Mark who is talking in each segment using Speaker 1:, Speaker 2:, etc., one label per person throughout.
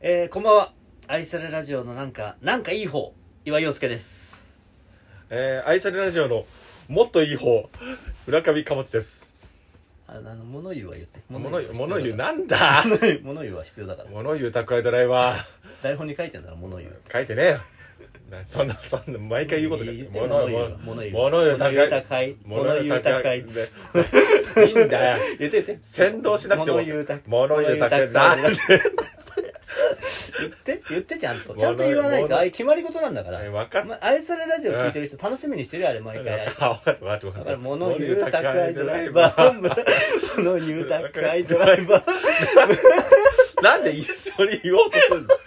Speaker 1: えー、こんばんは愛されラジオのなんかなんかいい方岩井陽介です
Speaker 2: えー、愛されラジオのもっといい方村上貨物です
Speaker 1: あのあの物言うは言って
Speaker 2: 物言う物言う
Speaker 1: な
Speaker 2: なん だ
Speaker 1: 物言うは必要だから
Speaker 2: 物言う宅配ドライバー
Speaker 1: 台本に書いてんだろ物言う
Speaker 2: 書いてねえよなそんなそんな毎回言うことか
Speaker 1: 言って
Speaker 2: 物
Speaker 1: 物言う物言う
Speaker 2: 物言う宅配
Speaker 1: 物言う宅配
Speaker 2: 物言う宅配 いいんだよ
Speaker 1: 言って言って
Speaker 2: 先導しなくても
Speaker 1: 物言う宅
Speaker 2: 物言う宅配
Speaker 1: 物言う
Speaker 2: だ
Speaker 1: 宅配言って言ってちゃんとちゃんと言わないと
Speaker 2: 物言う
Speaker 1: あれ決まり事なんだから
Speaker 2: え分かっ
Speaker 1: ま愛されラジオ聞いてる人楽しみにしてるよあれ毎回
Speaker 2: わかったわかったわか
Speaker 1: だ
Speaker 2: っ
Speaker 1: から
Speaker 2: た
Speaker 1: 物言う宅配ドライバー物言う宅配ドライ バー
Speaker 2: なんで一緒に言おうとするの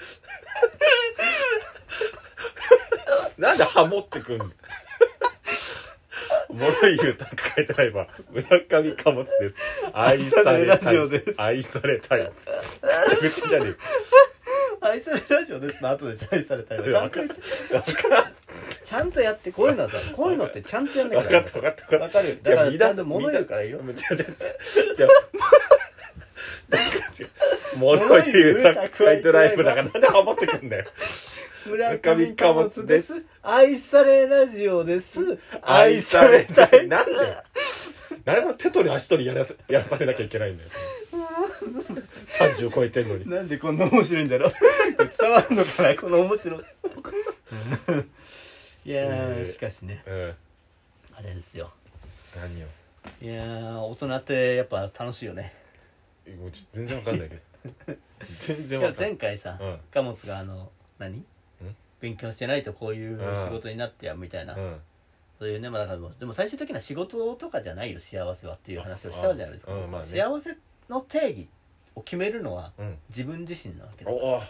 Speaker 2: なんでハモってくんの物言う宅配ドライバー村上貨物です愛され
Speaker 1: 愛されラ
Speaker 2: た
Speaker 1: ジ
Speaker 2: い
Speaker 1: オです
Speaker 2: 愛されたい口じゃねえよ
Speaker 1: 愛されラジオですの後で愛されたいわちゃんと言って
Speaker 2: 分からん
Speaker 1: ちゃんとやってこういうのはさこういうのってちゃんとやんなきゃダ
Speaker 2: 分か
Speaker 1: メ
Speaker 2: った分かった分か
Speaker 1: わ
Speaker 2: っ
Speaker 1: かる
Speaker 2: た
Speaker 1: だか
Speaker 2: じ
Speaker 1: ら
Speaker 2: ゃ
Speaker 1: ち
Speaker 2: あ
Speaker 1: ゃんと物言うからいいよ
Speaker 2: じゃあじゃあ じゃあじゃあ物言う宅配ドライバーだからなんでハモってくんだよ
Speaker 1: 村上
Speaker 2: 上
Speaker 1: 貨
Speaker 2: 貨
Speaker 1: 物
Speaker 2: 物
Speaker 1: で
Speaker 2: ですす
Speaker 1: 愛されラジオです
Speaker 2: 愛されたい。なんでなんでその手取り足取りやらせやらされなきゃいけないんだよ。30超えてんのに。
Speaker 1: なんでこんな面白いんだろう伝わるのかなこの面白 さいやー
Speaker 2: えー
Speaker 1: しかしね
Speaker 2: うん。
Speaker 1: あれですよ
Speaker 2: 何よ。
Speaker 1: いやー大人ってやっぱ楽しいよね
Speaker 2: もうちょ全然わかんないけど。全
Speaker 1: い
Speaker 2: 然わ
Speaker 1: や
Speaker 2: かんない
Speaker 1: 前。回さ
Speaker 2: うん
Speaker 1: 貨物があの何勉強してないとこういう
Speaker 2: うん
Speaker 1: 仕事になってやみたいな
Speaker 2: うん。
Speaker 1: そういうねまあだからもうでも最終的には仕事とかじゃないよ幸せはっていう話をしたじゃないですか
Speaker 2: うんうんまあね
Speaker 1: 幸せの定義を決めるのは
Speaker 2: うん。
Speaker 1: 自分自身なわけだ
Speaker 2: お
Speaker 1: で
Speaker 2: お。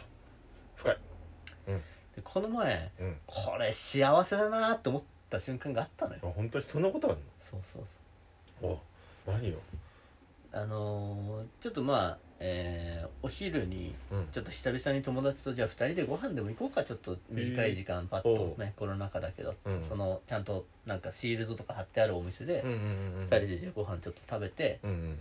Speaker 2: 深い。
Speaker 1: この前
Speaker 2: うん。
Speaker 1: これ幸せだなと思った瞬間があったのよ
Speaker 2: あ本当にそんなことある
Speaker 1: そうそうそう
Speaker 2: の。お。何よ。
Speaker 1: あのーちょっとまあえーお昼に
Speaker 2: うん。
Speaker 1: ちょっと久々に友達とじゃあ2人でご飯でも行こうかちょっと短い時間パッ
Speaker 2: お
Speaker 1: と
Speaker 2: う
Speaker 1: ねコロナ禍だけど、
Speaker 2: うん
Speaker 1: そのちゃんとなんかシールドとか貼ってあるお店で
Speaker 2: うんうんうんうん。
Speaker 1: 2人でじゃあご飯ちょっと食べて
Speaker 2: うんうん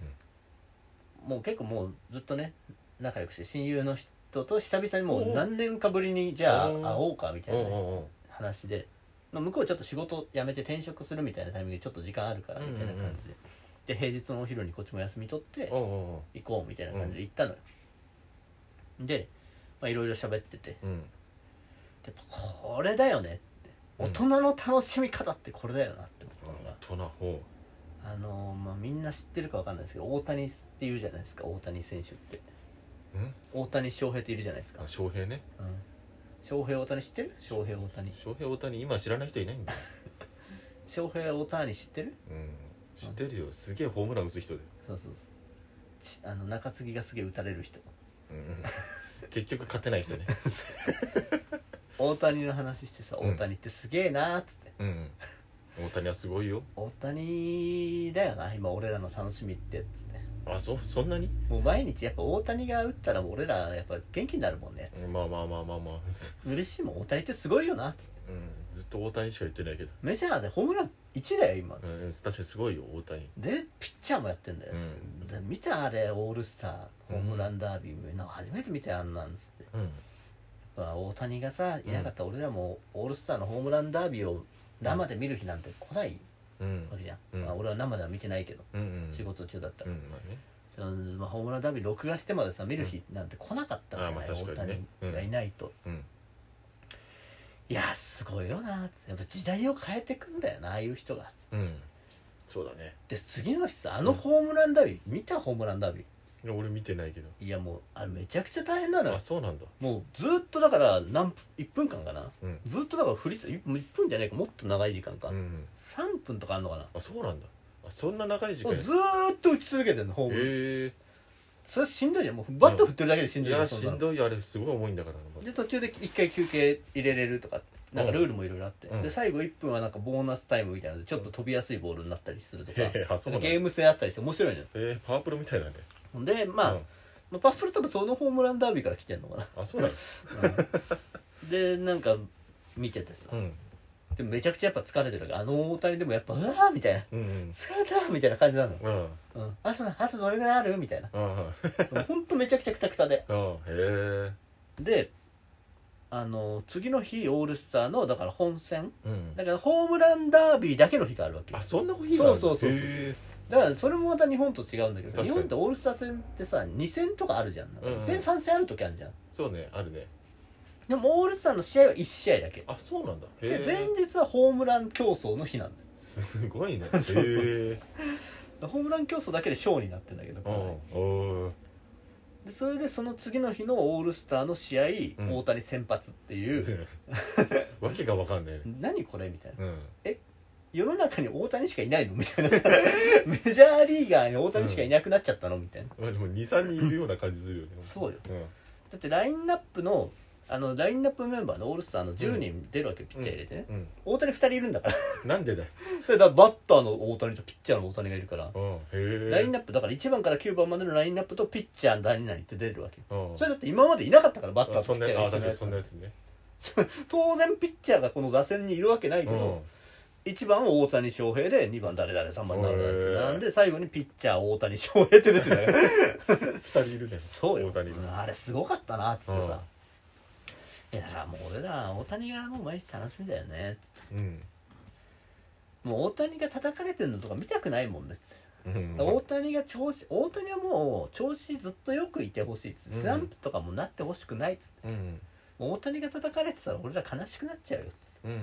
Speaker 1: もう結構もうずっとね仲良くして親友の人と久々にもう何年かぶりにじゃあ
Speaker 2: おう
Speaker 1: 会おうかみた
Speaker 2: うん。お
Speaker 1: い
Speaker 2: お
Speaker 1: な話で、まあ、向こうちょっと仕事辞めて転職するみたいなタイミングでちょっと時間あるからみたいな感じで、
Speaker 2: うんうんうん
Speaker 1: で平日のお昼にこっちも休み取って
Speaker 2: おおお
Speaker 1: 行こうみたいな感じで行ったのよ、でまあいろいろ喋ってて
Speaker 2: お。うん。
Speaker 1: でこれだよねって
Speaker 2: うん
Speaker 1: 大人の楽しみ方ってこれだよなって思ったのが
Speaker 2: 大、人ほ
Speaker 1: あのーまあ、みんな知ってるかわかんないですけど大谷っていうじゃないですか大谷選手って
Speaker 2: う。うん。
Speaker 1: 大谷翔平っているじゃないですか
Speaker 2: あ、、翔平ね。
Speaker 1: うん、翔平大谷知ってる翔平大谷
Speaker 2: 翔平大谷今知らない人いないんだよ。
Speaker 1: 翔平大谷知ってる
Speaker 2: うん。知ってるよ。すげえホームラン打つ人だよ。
Speaker 1: そうそうそうちあの中継ぎがすげえ打たれる人
Speaker 2: うん結局勝てない人ね。
Speaker 1: 大谷の話してさ
Speaker 2: うん
Speaker 1: 大谷ってすげえなーっつって、
Speaker 2: うん。大谷はすごいよ。
Speaker 1: 大谷だよな今俺らの楽しみってっつって
Speaker 2: あ、そ、そんなに
Speaker 1: もう毎日やっぱ大谷が打ったらもう俺らやっぱ元気になるもんね
Speaker 2: まあまあまあまあまあ。
Speaker 1: 嬉しいもん大谷ってすごいよなっつって
Speaker 2: うん。ずっと大谷しか言ってないけど。
Speaker 1: メジャーでホームラン1だよ今
Speaker 2: うん、確かにすごいよ、大谷。
Speaker 1: でピッチャーもやってんだよ、
Speaker 2: うん
Speaker 1: で見たあれオールスターホームランダービー、なんか初めて見たよあんなんつって
Speaker 2: うん。
Speaker 1: やっぱ大谷がさいなかったら俺らもオールスターのホームランダービーを生で見る日なんて来ない
Speaker 2: うん
Speaker 1: わ。けじゃん、
Speaker 2: うん
Speaker 1: まあ、俺は生では見てないけど、
Speaker 2: うんうん。
Speaker 1: 仕事中だった
Speaker 2: う
Speaker 1: ら、
Speaker 2: ん、まあね。
Speaker 1: そのまあ、ホームランダービー録画してまでさ見る日なんて来なかったんじゃない、
Speaker 2: あーまあ確かにね
Speaker 1: 大谷がいないと、
Speaker 2: うん。
Speaker 1: いやーすごいよなってやっぱ時代を変えてくんだよなああいう人が
Speaker 2: うん。そうだね。
Speaker 1: で次の日さあのホームランダービー、見たホームランダービ
Speaker 2: いや俺見てないけど。
Speaker 1: ーいやもうあれめちゃくちゃ大変なのよ
Speaker 2: あ、そうなんだ。
Speaker 1: もうずーっとだから何分1分間かな
Speaker 2: うん。
Speaker 1: ずーっとだから振り1分じゃないかもっと長い時間か、
Speaker 2: うん。
Speaker 1: 3分とかあるのかな
Speaker 2: あ、そうなんだ。あ、そんな長い時
Speaker 1: も
Speaker 2: 間
Speaker 1: うずーっと打ち続けてんのホームラン、
Speaker 2: え
Speaker 1: それしんどいじゃんもうバット振ってるだけでしん
Speaker 2: え。い
Speaker 1: どいじゃ
Speaker 2: や、
Speaker 1: んそ
Speaker 2: し
Speaker 1: んなんの
Speaker 2: どいよ。あれ、すごい重いんだから。
Speaker 1: で途中で一回休憩入れれるとかなんかルールもいろいろあって、
Speaker 2: うん
Speaker 1: で最後1分はなんかボーナスタイムみたいなのでちょっと飛びやすいボールになったりするとか、
Speaker 2: へえあそうなんだ
Speaker 1: ゲーム性あったりして面白いのよ
Speaker 2: ええ、パワープロみたいなんだよ。
Speaker 1: ほんでまあ、
Speaker 2: うん
Speaker 1: まあパッフル多分そのホームランダービーから来てんのかな、
Speaker 2: あ、そうなんだ。
Speaker 1: うん でなんか見ててさ、
Speaker 2: うん。
Speaker 1: でもめちゃくちゃやっぱ疲れてるからあの大谷でもやっぱ「うわー」みたいな
Speaker 2: うんう
Speaker 1: 「
Speaker 2: ん。
Speaker 1: 疲れた」みたいな感じなのよ、
Speaker 2: うん。
Speaker 1: うん、あとなあとどれぐらいあるみたいな
Speaker 2: ああ。
Speaker 1: もうほんとめちゃくちゃくたくたで
Speaker 2: ああへえ
Speaker 1: であの次の日オールスターのだから本戦
Speaker 2: うん
Speaker 1: だからホームランダービーだけの日があるわけよ
Speaker 2: あそんな日があるんだ
Speaker 1: そうそうそうそう
Speaker 2: へ
Speaker 1: だからそれもまた日本と違うんだけ
Speaker 2: 確
Speaker 1: ど
Speaker 2: かに
Speaker 1: 日本ってオールスター戦ってさ2戦とかあるじゃん
Speaker 2: うん
Speaker 1: 2戦3戦ある時あるじゃん
Speaker 2: ーそうねあるね
Speaker 1: でもオールスターの試合は1試合だけ
Speaker 2: あそうなんだへ
Speaker 1: で
Speaker 2: ー
Speaker 1: 前日はホームラン競争の日なんだよ
Speaker 2: すごいね
Speaker 1: そうそうそう
Speaker 2: へー
Speaker 1: だからホームラン競争だけで賞になってんだけど
Speaker 2: うんおー
Speaker 1: でそれでその次の日のオールスターの試合、
Speaker 2: うん
Speaker 1: 大谷先発って いう
Speaker 2: わけがわかんないね
Speaker 1: 何これみたいな
Speaker 2: うん
Speaker 1: 世の中に大谷しかいないのみたいなさ メジャーリーガーに大谷しかいなくなっちゃったのみたいな
Speaker 2: まあでも23人いるような感じするよね
Speaker 1: そうよ
Speaker 2: うん
Speaker 1: だってラインナップのあのラインナップメンバーのオールスターの10人出るわけよ、ピッチャー入れてね、
Speaker 2: うん
Speaker 1: 大谷2人いるんだから
Speaker 2: なんでだよ
Speaker 1: それだからバッターの大谷とピッチャーの大谷がいるから、
Speaker 2: うんへえ
Speaker 1: ラインナップだから1番から9番までのラインナップとピッチャーの何々って出るわけよ
Speaker 2: うん
Speaker 1: それだって今までいなかったからバッタ
Speaker 2: あ
Speaker 1: ーと
Speaker 2: そ
Speaker 1: ピ
Speaker 2: ん
Speaker 1: ッ
Speaker 2: な
Speaker 1: チャーが
Speaker 2: あ
Speaker 1: 一緒
Speaker 2: 確
Speaker 1: にや
Speaker 2: かに
Speaker 1: る
Speaker 2: そんなやつね
Speaker 1: 当然ピッチャーがこの打線にいるわけないけど、1番大谷翔平で2番誰々3番誰々って並んで最後にピッチャー大谷翔平って出てたよ
Speaker 2: 2人いるね
Speaker 1: そうよ
Speaker 2: 大谷いる
Speaker 1: あれすごかったなっつって
Speaker 2: うん
Speaker 1: さ、いやだからもう俺ら大谷がもう毎日楽しみだよねつって
Speaker 2: うん
Speaker 1: もう大谷が叩かれてるのとか見たくないもんねっつって
Speaker 2: うん
Speaker 1: 大谷が調子大谷はもう調子ずっとよくいてほしいっつって
Speaker 2: うん
Speaker 1: スランプとかもなってほしくないっつって
Speaker 2: うん
Speaker 1: もう大谷が叩かれてたら俺ら悲しくなっちゃうよっつって
Speaker 2: うんうん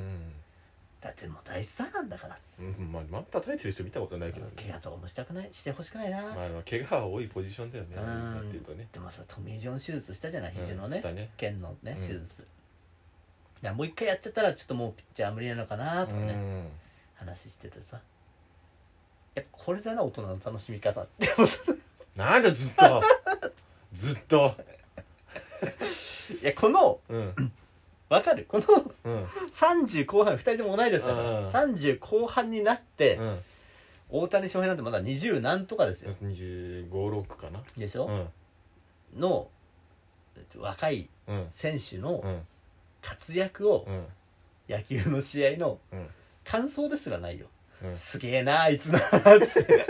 Speaker 1: だってもう大スターなんだからっつって
Speaker 2: うんまあまた叩いてる人見たことないけど
Speaker 1: 怪
Speaker 2: ね
Speaker 1: 我とかもしたくないしてほしくないなっつって
Speaker 2: まああの怪我は多いポジションだよね
Speaker 1: うん
Speaker 2: なんていうとね
Speaker 1: でもさトミー・ジョン手術したじゃない肘の
Speaker 2: うん
Speaker 1: ね
Speaker 2: したね
Speaker 1: 腱のね
Speaker 2: うん
Speaker 1: 手術、だからもう一回やっちゃったらちょっともうピッチャー無理なのかなとかね、
Speaker 2: うん
Speaker 1: 話しててさやっぱこれだな大人の楽しみ方って
Speaker 2: なんだずっと ずっと
Speaker 1: いやこの
Speaker 2: うん
Speaker 1: わかるこの
Speaker 2: うん
Speaker 1: 30後半2人とも同い年だか
Speaker 2: うん
Speaker 1: ら30後半になって、
Speaker 2: うん
Speaker 1: 大谷翔平なんてまだ20何とかですよ、
Speaker 2: 256かな
Speaker 1: でし
Speaker 2: う
Speaker 1: ょ、
Speaker 2: ん
Speaker 1: のえっと若い
Speaker 2: うん
Speaker 1: 選手の
Speaker 2: うん
Speaker 1: 活躍を
Speaker 2: うん
Speaker 1: 野球の試合の
Speaker 2: うん
Speaker 1: 感想ですらないよ、
Speaker 2: うん
Speaker 1: すげえなあいつなあつって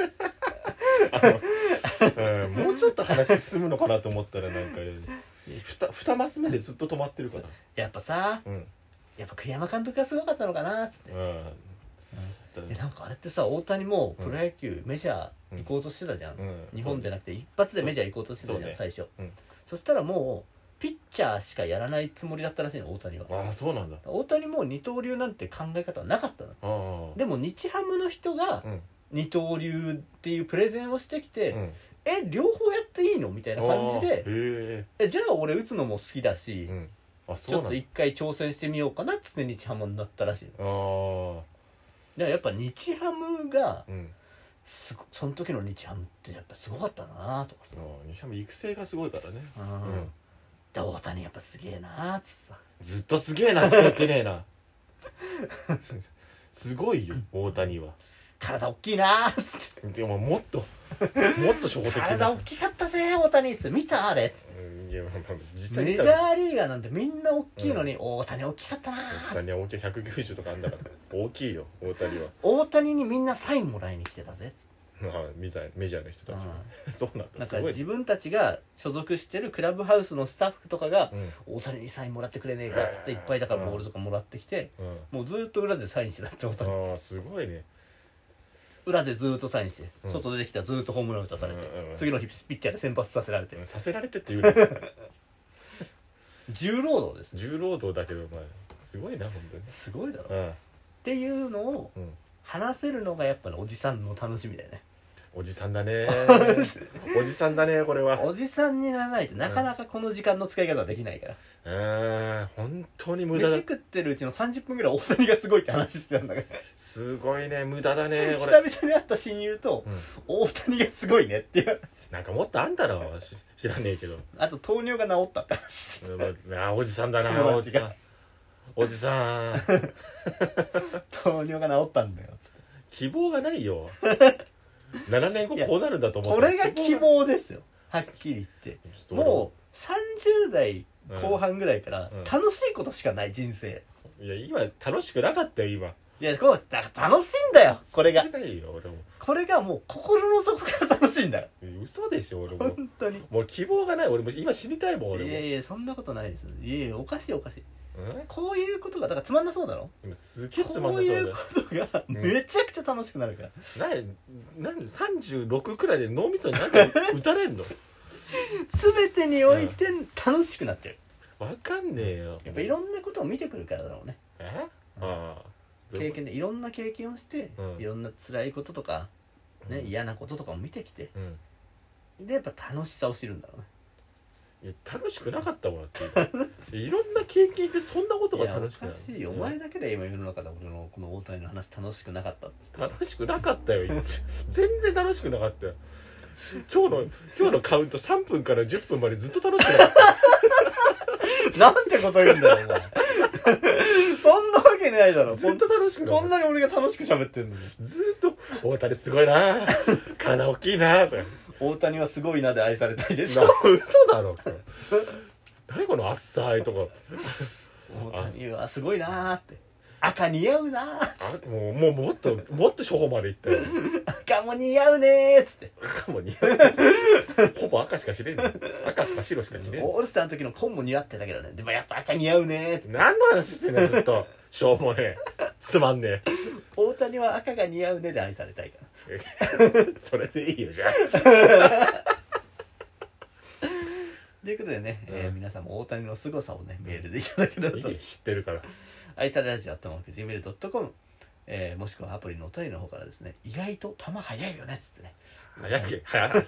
Speaker 2: うんもうちょっと話進むのかなと思ったらなんかふた二マス目でずっと止まってるから
Speaker 1: やっぱさ
Speaker 2: うん
Speaker 1: やっぱ栗山監督がすごかったのかなっつって、
Speaker 2: うん
Speaker 1: えなんかあれってさ大谷もプロ野球、メジャー行こうとしてたじゃん、
Speaker 2: うん
Speaker 1: 日本じゃなくて一発でメジャー行こうとしてたじゃん、
Speaker 2: そうね
Speaker 1: 最初、
Speaker 2: うん
Speaker 1: そしたらもうピッチャーしかやらないつもりだったらしいの大谷は
Speaker 2: ああそうなんだ
Speaker 1: 大谷も二刀流なんて考え方はなかったの
Speaker 2: ああ
Speaker 1: でも日ハムの人が
Speaker 2: うん
Speaker 1: 二刀流っていうプレゼンをしてきて、
Speaker 2: うん
Speaker 1: え両方やっていいのみたいな感じで
Speaker 2: ああへ
Speaker 1: えじゃあ俺打つのも好きだし、
Speaker 2: えうんあ
Speaker 1: ち
Speaker 2: そ
Speaker 1: ょ
Speaker 2: う
Speaker 1: っ
Speaker 2: なん
Speaker 1: と
Speaker 2: だ
Speaker 1: 一回挑戦してみようかなっつって日ハムになったらしいの
Speaker 2: ああ
Speaker 1: でもやっぱ日ハムが
Speaker 2: うん
Speaker 1: すごその時の日ハムってやっぱすごかったなとかさ、
Speaker 2: ああ西山育成がすごいからね
Speaker 1: うん
Speaker 2: うん
Speaker 1: で大谷やっぱすげえなーっつってさ
Speaker 2: ずっとすげえなしか言ってねえな すごいよ大谷は
Speaker 1: 体大きいなーっつっ
Speaker 2: でももっともっと初歩的
Speaker 1: て
Speaker 2: な
Speaker 1: 体大きかったぜー大谷っつって見たあれっつって
Speaker 2: うんいやまあまあ実際
Speaker 1: メ
Speaker 2: 見
Speaker 1: ジ
Speaker 2: た
Speaker 1: ャ
Speaker 2: ら
Speaker 1: ーリーガーなんてみんな大きいのに、大谷大きかったなーっ
Speaker 2: 大
Speaker 1: つって
Speaker 2: 谷は大きい190とかあんだから大きいよ大谷は
Speaker 1: 大谷にみんなサインもらいに来てたぜっつって
Speaker 2: まあメジャーメジャーの人たちは、 そうなんだ
Speaker 1: なん
Speaker 2: す
Speaker 1: か
Speaker 2: ごい
Speaker 1: 自分たちが所属してるクラブハウスのスタッフとかが
Speaker 2: うん
Speaker 1: 「大谷にサインもらってくれねえか」っつっていっぱいだからボールとかもらってきて
Speaker 2: うん
Speaker 1: もうずーっと裏でサインしてたって大谷
Speaker 2: ああすごいね
Speaker 1: 裏でずーっとサインして
Speaker 2: うん
Speaker 1: 外出てきたらずーっとホームラン打たされて
Speaker 2: うんうんうん
Speaker 1: 次の日ピッチャーで先発させられて
Speaker 2: うんさせられてって言うね
Speaker 1: 重労働ですね
Speaker 2: 重労働だけどまあすごいな本当に
Speaker 1: すごいだろっ
Speaker 2: うん
Speaker 1: ていうのを
Speaker 2: うん
Speaker 1: 話せるのがやっぱねおじさんの楽しみだよね
Speaker 2: おじさんだね おじさんだねこれは
Speaker 1: おじさんにならないとなかなかこの時間の使い方はできないから
Speaker 2: うん本当に無駄
Speaker 1: 飯
Speaker 2: だ
Speaker 1: 食ってるうちの30分ぐらい大谷がすごいって話してたんだから
Speaker 2: すごいね無駄だ
Speaker 1: 久
Speaker 2: ねこ
Speaker 1: 々
Speaker 2: れ、
Speaker 1: に会った親友と
Speaker 2: うん、
Speaker 1: 大谷がすごいねっていう
Speaker 2: なんかもっとあんだろうし知らねえけど
Speaker 1: あと糖尿が治ったって話して
Speaker 2: うんまああおじさんだな
Speaker 1: 友
Speaker 2: おじ
Speaker 1: 達
Speaker 2: さ
Speaker 1: が
Speaker 2: んおじさん
Speaker 1: 糖尿が治ったんだよつって
Speaker 2: 希望がない よ7年後
Speaker 1: いや
Speaker 2: こうなるんだと思
Speaker 1: こ
Speaker 2: ったら
Speaker 1: れが希望ですよはっきり言って
Speaker 2: 希
Speaker 1: もう30代
Speaker 2: うん
Speaker 1: 後半ぐらいから
Speaker 2: うん
Speaker 1: 楽しいことしかない人生
Speaker 2: いや今楽しくなかったよ今
Speaker 1: いやこうだから楽しいんだよこれが
Speaker 2: 知らないよ俺も
Speaker 1: これがもう心の底から楽しいんだよ
Speaker 2: 嘘でしょ俺も
Speaker 1: 本当に
Speaker 2: もう希望がない俺も今死にたいもん俺
Speaker 1: いや
Speaker 2: も
Speaker 1: いやそんなことないですいやいやおかしいおかしい
Speaker 2: うん
Speaker 1: こういうことがだからつまんなそうだろ
Speaker 2: 今すげえつまん
Speaker 1: こ
Speaker 2: な
Speaker 1: う
Speaker 2: そうだ
Speaker 1: い
Speaker 2: よ
Speaker 1: うことが
Speaker 2: ん
Speaker 1: めちゃくちゃ楽しくなるから、
Speaker 2: ななん36くらいで脳みそになんで打たれんの
Speaker 1: 全てにおいて楽しくなっちゃう
Speaker 2: わかんねえよ
Speaker 1: やっぱいろんなことを見てくるからだろうね
Speaker 2: えああ
Speaker 1: 経験でいろんな経験をして、
Speaker 2: うん
Speaker 1: いろんな辛いこととか、ね
Speaker 2: うん
Speaker 1: 嫌なこととかを見てきて
Speaker 2: うん
Speaker 1: でやっぱ楽しさを知るんだろうね
Speaker 2: いや楽しくなかったもんだっ ていろんな経験してそんなことが
Speaker 1: いや
Speaker 2: 楽しく
Speaker 1: お
Speaker 2: な
Speaker 1: か
Speaker 2: い
Speaker 1: しいよお前だけで今世の中で俺のこの大谷の話楽しくなかったっつって
Speaker 2: 楽しくなかったよ全然楽しくなかったよ今日の今日のカウント3分から10分までずっと楽しくなかっ
Speaker 1: なんてこと言うんだよお 前そんなわけないだろこ
Speaker 2: たずっ
Speaker 1: ん
Speaker 2: と楽しくな
Speaker 1: こ
Speaker 2: か
Speaker 1: ん
Speaker 2: っ
Speaker 1: なに俺が楽しく喋ってんのに
Speaker 2: たずっと「大谷すごいな体大きいな」とか
Speaker 1: 大谷はすごいなで愛されたいでし
Speaker 2: 嘘
Speaker 1: ょ
Speaker 2: だろこれ何この浅いとか
Speaker 1: 大谷はすごいなーって赤似合うなー
Speaker 2: あもうもうもっともっと初歩までいったよ
Speaker 1: 赤も似合うねーっつって
Speaker 2: 赤も似合うほぼ赤しか知れんねん赤か白しか着れんねん
Speaker 1: オールスターの時の紺も似合ってたけどねでもやっぱ赤似合うねーって
Speaker 2: 何の話してんのずっとしょうもねえつまんね
Speaker 1: 大谷は赤が似合うねで愛されたいから
Speaker 2: え それでいいよじゃあ
Speaker 1: ということでね、えー
Speaker 2: うん
Speaker 1: 皆さんも大谷の凄さをねメールでいただければ
Speaker 2: いい
Speaker 1: と
Speaker 2: よ知ってるから
Speaker 1: 愛されラジオあったまく Gmail.com えーもしくはアプリのお便りの方からですね意外と球速いよねっつってね
Speaker 2: 早く早球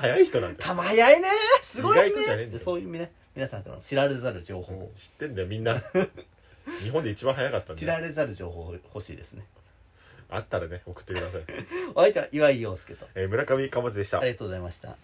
Speaker 2: 速い人なんだ
Speaker 1: 球速いねーすごいね
Speaker 2: 意外とじゃね
Speaker 1: ーっ
Speaker 2: え
Speaker 1: つって
Speaker 2: んだよ
Speaker 1: そういうね皆さんからの知られざる情報
Speaker 2: よ
Speaker 1: を
Speaker 2: 知ってんだよみんな日本で一番早かったん
Speaker 1: 知
Speaker 2: だ
Speaker 1: ら
Speaker 2: よ
Speaker 1: れざる情報を欲しいですね
Speaker 2: あったらね送ってください、
Speaker 1: お相手は岩井陽介と
Speaker 2: えー村上かまずでした
Speaker 1: ありがとうございました